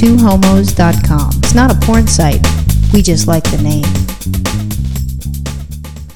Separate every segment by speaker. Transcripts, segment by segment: Speaker 1: twohomos.com. It's not a porn site. We just like the name.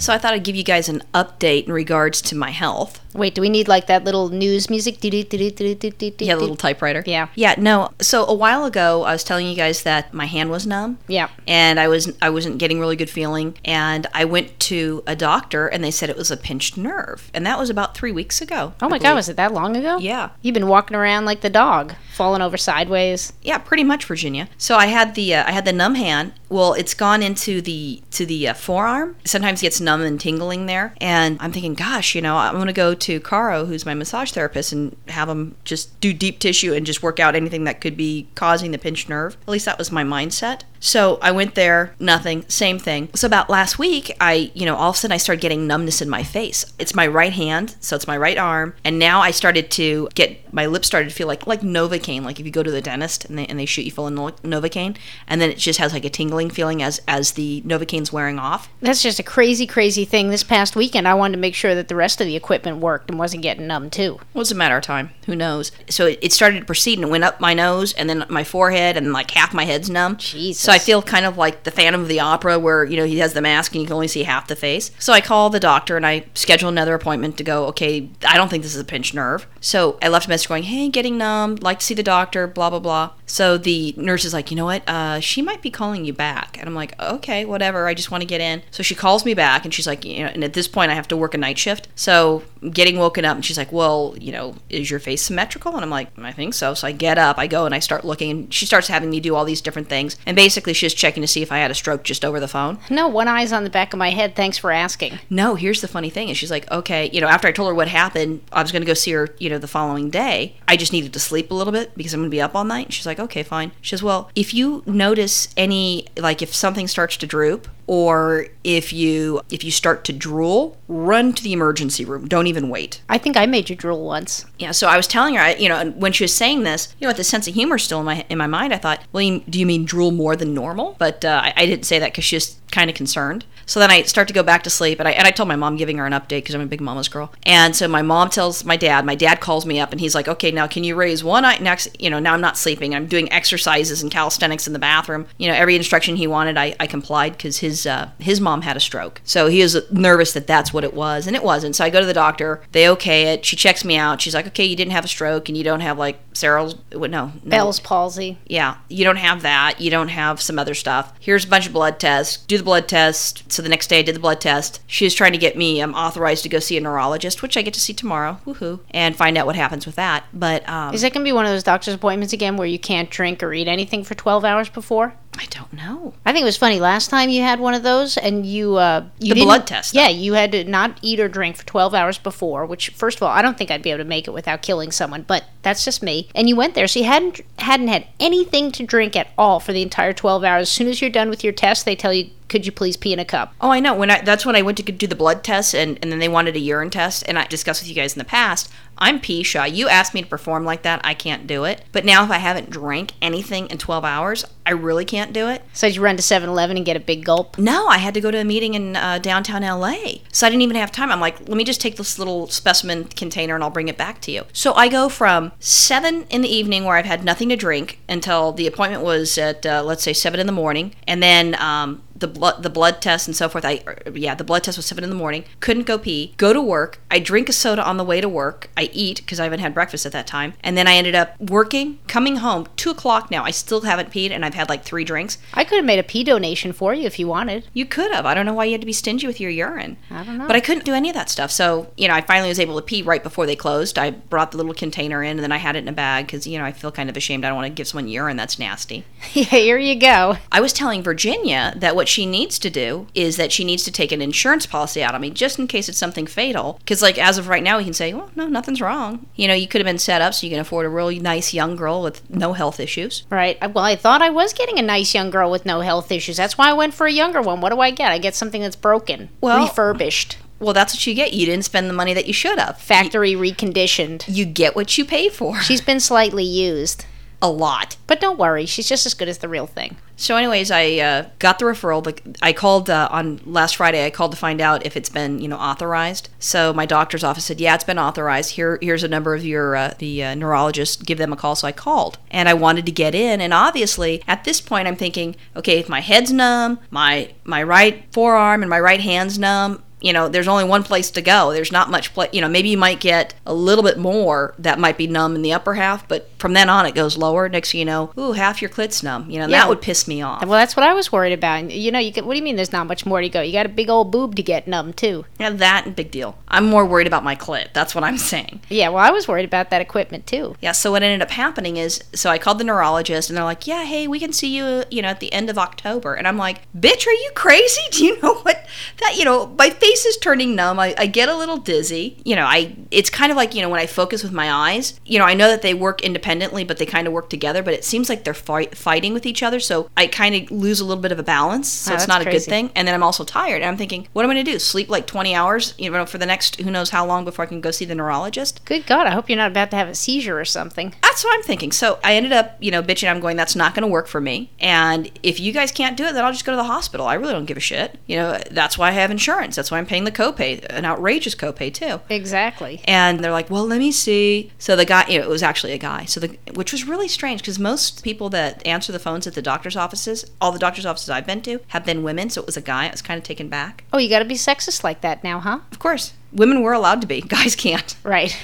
Speaker 2: So I thought I'd give you guys an update in regards to my health.
Speaker 3: Wait, do we need like that little news music? Yeah,
Speaker 2: Yeah, the little typewriter.
Speaker 3: Yeah.
Speaker 2: Yeah, no. So a while ago I was telling you guys that my hand was numb.
Speaker 3: Yeah.
Speaker 2: And I was I wasn't getting really good feeling and I went to a doctor and they said it was a pinched nerve. And that was about 3 weeks ago.
Speaker 3: Oh my god, was it that long ago?
Speaker 2: Yeah.
Speaker 3: You've been walking around like the dog, falling over sideways.
Speaker 2: Yeah, pretty much Virginia. So I had the uh, I had the numb hand. Well, it's gone into the to the uh, forearm. Sometimes it gets numb and tingling there. And I'm thinking, gosh, you know, I'm going to go to Caro, who's my massage therapist, and have him just do deep tissue and just work out anything that could be causing the pinched nerve. At least that was my mindset. So I went there, nothing, same thing. So about last week, I, you know, all of a sudden I started getting numbness in my face. It's my right hand, so it's my right arm, and now I started to get my lips started to feel like like Novocaine, like if you go to the dentist and they, and they shoot you full of Nol- Novocaine, and then it just has like a tingling feeling as as the Novocaine's wearing off.
Speaker 3: That's just a crazy, crazy thing. This past weekend, I wanted to make sure that the rest of the equipment worked and wasn't getting numb too.
Speaker 2: Well, it's a matter of time. Who knows? So it, it started to proceed and it went up my nose and then my forehead and like half my head's numb.
Speaker 3: Jesus.
Speaker 2: So I feel kind of like the Phantom of the Opera where, you know, he has the mask and you can only see half the face. So I call the doctor and I schedule another appointment to go, okay, I don't think this is a pinched nerve. So I left a message going, hey, getting numb, like to see the doctor, blah, blah, blah. So the nurse is like, you know what? Uh, she might be calling you back. And I'm like, okay, whatever. I just want to get in. So she calls me back and she's like, you know, and at this point I have to work a night shift. So I'm getting woken up and she's like, well, you know, is your face symmetrical? And I'm like, I think so. So I get up, I go and I start looking and she starts having me do all these different things. And basically she's checking to see if I had a stroke just over the phone.
Speaker 3: No, one eye's on the back of my head. Thanks for asking.
Speaker 2: No, here's the funny thing. And she's like, okay, you know, after I told her what happened, I was going to go see her, you know, the following day. I just needed to sleep a little bit because I'm going to be up all night. And she's like, okay, fine. She says, well, if you notice any, like if something starts to droop, or if you if you start to drool, run to the emergency room. Don't even wait.
Speaker 3: I think I made you drool once.
Speaker 2: Yeah, so I was telling her, I, you know, and when she was saying this, you know, with the sense of humor still in my in my mind, I thought, well, you, do you mean drool more than normal? But uh, I, I didn't say that because she was kind of concerned. So then I start to go back to sleep, and I and I told my mom, giving her an update because I'm a big mama's girl. And so my mom tells my dad. My dad calls me up, and he's like, okay, now can you raise one eye? Next, you know, now I'm not sleeping. I'm doing exercises and calisthenics in the bathroom. You know, every instruction he wanted, I, I complied because his uh, his mom had a stroke, so he was nervous that that's what it was, and it wasn't. So I go to the doctor. They okay it. She checks me out. She's like, okay, you didn't have a stroke, and you don't have like Sarah's. What, no, no,
Speaker 3: Bell's palsy.
Speaker 2: yeah, you don't have that. You don't have some other stuff. Here's a bunch of blood tests. Do the blood test. So the next day I did the blood test. She was trying to get me um, authorized to go see a neurologist, which I get to see tomorrow. Woohoo. And find out what happens with that. But um,
Speaker 3: Is that going to be one of those doctor's appointments again where you can't drink or eat anything for 12 hours before?
Speaker 2: I don't know.
Speaker 3: I think it was funny last time you had one of those, and you uh, you
Speaker 2: The
Speaker 3: didn't-
Speaker 2: blood test, though.
Speaker 3: Yeah, you had to not eat or drink for twelve hours before. Which, first of all, I don't think I'd be able to make it without killing someone, but that's just me. And you went there, so you hadn't hadn't had anything to drink at all for the entire twelve hours. As soon as you're done with your test, they tell you, "Could you please pee in a cup?"
Speaker 2: Oh, I know. When I that's when I went to do the blood test, and, and then they wanted a urine test, and I discussed with you guys in the past. I'm pee shy. You asked me to perform like that, I can't do it. But now if I haven't drank anything in 12 hours, I really can't do it.
Speaker 3: So you run to 7-Eleven and get a big gulp.
Speaker 2: No, I had to go to a meeting in uh, downtown LA. So I didn't even have time. I'm like, let me just take this little specimen container and I'll bring it back to you. So I go from 7 in the evening, where I've had nothing to drink, until the appointment was at, uh, let's say, 7 in the morning. And then, um, the blood, the blood test and so forth. I, er, yeah, the blood test was seven in the morning. Couldn't go pee. Go to work. I drink a soda on the way to work. I eat because I haven't had breakfast at that time. And then I ended up working, coming home, two o'clock now. I still haven't peed, and I've had like three drinks.
Speaker 3: I could have made a pee donation for you if you wanted.
Speaker 2: You could have. I don't know why you had to be stingy with your urine.
Speaker 3: I don't know.
Speaker 2: But I couldn't do any of that stuff. So, you know, I finally was able to pee right before they closed. I brought the little container in and then I had it in a bag because, you know, I feel kind of ashamed. I don't want to give someone urine that's nasty.
Speaker 3: yeah, here you go.
Speaker 2: I was telling Virginia that what she needs to do is that she needs to take an insurance policy out on me just in case it's something fatal. Because, like, as of right now, we can say, well, no, nothing's wrong. You know, you could have been set up so you can afford a really nice young girl with no health issues.
Speaker 3: Right. I- Well, I thought I was getting a nice young girl with no health issues. That's why I went for a younger one. What do I get? I get something that's broken,
Speaker 2: Well-
Speaker 3: refurbished,
Speaker 2: Well, that's what you get. You didn't spend the money that you should have.
Speaker 3: factory reconditioned.
Speaker 2: You get what you pay for.
Speaker 3: She's been slightly used.
Speaker 2: a lot.
Speaker 3: But don't worry, she's just as good as the real thing.
Speaker 2: So, anyways, I uh, got the referral, but I called uh, on last Friday. I called to find out if it's been, you know, authorized. So my doctor's office said, "Yeah, it's been authorized. Here, here's a number of your uh, the uh, neurologist. Give them a call." So I called, and I wanted to get in. And obviously, at this point, I'm thinking, okay, if my head's numb, my my right forearm and my right hand's numb, you know, there's only one place to go. There's not much place. You know, maybe you might get a little bit more that might be numb in the upper half, but from then on it goes lower. Next thing you know, ooh, half your clit's numb. You know,
Speaker 3: Yeah.
Speaker 2: that would piss me off.
Speaker 3: Well, that's what I was worried about. And, You know, you could, what do you mean there's not much more to go? You got a big old boob to get numb, too.
Speaker 2: Yeah, that and big deal. I'm more worried about my clit. That's what I'm saying.
Speaker 3: Yeah, well, I was worried about that equipment, too.
Speaker 2: Yeah, so what ended up happening is so I called the neurologist and they're like, "Yeah, hey, we can see you, you know, at the end of October." And I'm like, "Bitch, are you crazy? Do you know what that, you know, my face is turning numb. I, I get a little dizzy. You know, I it's kind of like, you know, when I focus with my eyes, you know, I know that they work independently, but they kind of work together, but it seems like they're fight, fighting with each other, so I kind of lose a little bit of a balance. So
Speaker 3: Wow,
Speaker 2: it's
Speaker 3: that's
Speaker 2: not a good
Speaker 3: crazy.
Speaker 2: thing. And then I'm also tired. And I'm thinking, what am I going to do? Sleep like 20 hours, you know, for the next who knows how long before I can go see the neurologist?
Speaker 3: Good God, I hope you're not about to have a seizure or something.
Speaker 2: That's what I'm thinking. So I ended up, you know, bitching. I'm going, that's not going to work for me. And if you guys can't do it, then I'll just go to the hospital. I really don't give a shit. You know, that's why I have insurance. That's why I'm paying the copay, an outrageous copay too.
Speaker 3: Exactly.
Speaker 2: And they're like, well, let me see. So the guy, you know, it was actually a guy. So the, which was really strange because most people that answer the phones at the doctor's offices, all the doctor's offices I've been to, have been women. So it was a guy. I was kind of taken back.
Speaker 3: Oh, you got to be sexist like that now, huh?
Speaker 2: Of course, women were allowed to be. Guys can't.
Speaker 3: Right.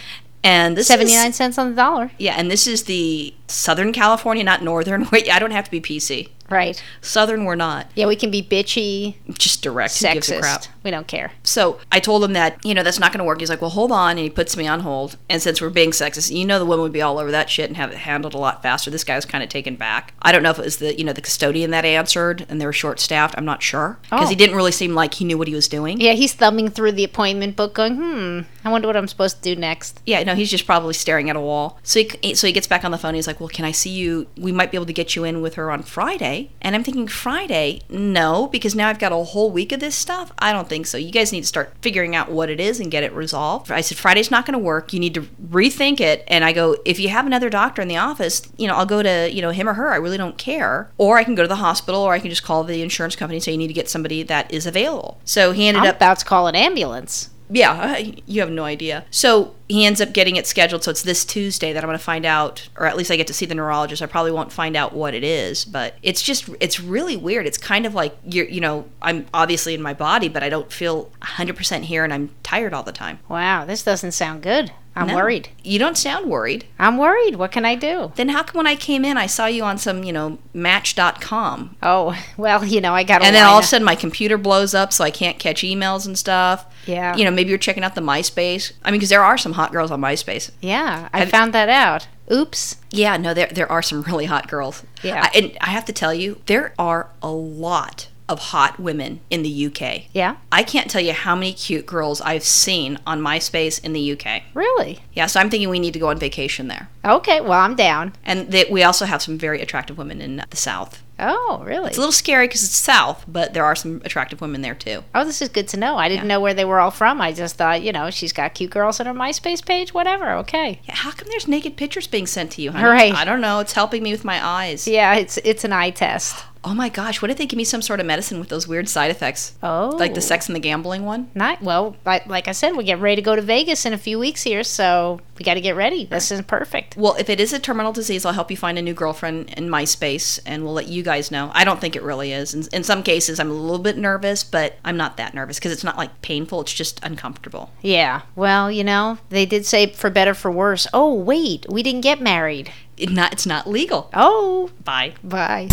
Speaker 2: And this is-
Speaker 3: 79 cents on the dollar.
Speaker 2: Yeah, and this is the Southern California, not Northern. Wait, I don't have to be PC.
Speaker 3: Right.
Speaker 2: Southern, we're not.
Speaker 3: Yeah, we can be bitchy,
Speaker 2: Just direct. Who gives a crap?
Speaker 3: sexist. We don't care.
Speaker 2: So I told him that, you know, that's not going to work. He's like, well, hold on. And he puts me on hold. And since we're being sexist, you know, the women would be all over that shit and have it handled a lot faster. This guy was kind of taken back. I don't know if it was the, you know, the custodian that answered and they were short staffed. I'm not sure. Because he
Speaker 3: Oh.
Speaker 2: didn't really seem like he knew what he was doing.
Speaker 3: Yeah, he's thumbing through the appointment book going, hmm, I wonder what I'm supposed to do next.
Speaker 2: Yeah, no, he's just probably staring at a wall. So he so he gets back on the phone. He's like, "Well, can I see you? We might be able to get you in with her on Friday." And I'm thinking, "Friday? No, because now I've got a whole week of this stuff. I don't think so. You guys need to start figuring out what it is and get it resolved." I said, "Friday's not going to work. You need to rethink it." And I go, "If you have another doctor in the office, you know, I'll go to, you know, him or her. I really don't care. Or I can go to the hospital or I can just call the insurance company and say you need to get somebody that is available." So he ended
Speaker 3: I'm
Speaker 2: up
Speaker 3: about to call an ambulance.
Speaker 2: yeah, I- you have no idea. So he ends up getting it scheduled. So it's this Tuesday that I'm going to find out, or at least I get to see the neurologist. I probably won't find out what it is, but it's just, it's really weird. It's kind of like you're, you know, I'm obviously in my body, but I don't feel 100% here and I'm tired all the time.
Speaker 3: Wow, this doesn't sound good. I'm
Speaker 2: No.
Speaker 3: worried.
Speaker 2: You don't sound worried.
Speaker 3: I'm worried. What can I do?
Speaker 2: Then how come when I came in, I saw you on some, you know, match.com?
Speaker 3: Oh, well, you know, Oh, I got a
Speaker 2: And then all of a
Speaker 3: lineup.
Speaker 2: sudden my computer blows up so I can't catch emails and stuff.
Speaker 3: Yeah.
Speaker 2: You know, maybe you're checking out the MySpace. I mean, because there are some hot girls on MySpace.
Speaker 3: Yeah, I found that out. Oops.
Speaker 2: Yeah, no, there there are some really hot girls.
Speaker 3: Yeah.
Speaker 2: I, and I have to tell you, there are a lot of hot women in the UK.
Speaker 3: Yeah.
Speaker 2: I can't tell you how many cute girls I've seen on MySpace in the UK.
Speaker 3: Really?
Speaker 2: Yeah, so I'm thinking we need to go on vacation there.
Speaker 3: Okay, well, I'm down.
Speaker 2: And that we also have some very attractive women in the South.
Speaker 3: Oh, really?
Speaker 2: It's a little scary because it's South, but there are some attractive women there too.
Speaker 3: Oh, this is good to know. I didn't know where they were all from. I just thought, you know, she's got cute girls on her MySpace page, whatever. Okay.
Speaker 2: Yeah, how come there's naked pictures being sent to you, honey?
Speaker 3: Right.
Speaker 2: I don't know. It's helping me with my eyes.
Speaker 3: Yeah, it's it's an eye test.
Speaker 2: Oh my gosh, what if they give me some sort of medicine with those weird side effects?
Speaker 3: Oh.
Speaker 2: Like the sex and the gambling one?
Speaker 3: Not well, like, like I said, we get ready to go to Vegas in a few weeks here, so we got to get ready. This is perfect.
Speaker 2: Well, if it is a terminal disease, I'll help you find a new girlfriend in MySpace, and we'll let you guys know. I don't think it really is. In, in some cases, I'm a little bit nervous, but I'm not that nervous because it's not like painful. It's just uncomfortable.
Speaker 3: Yeah. Well, you know, they did say for better for worse. Oh, wait, we didn't get married.
Speaker 2: It not, it's not legal.
Speaker 3: Oh,
Speaker 2: Bye.
Speaker 3: bye.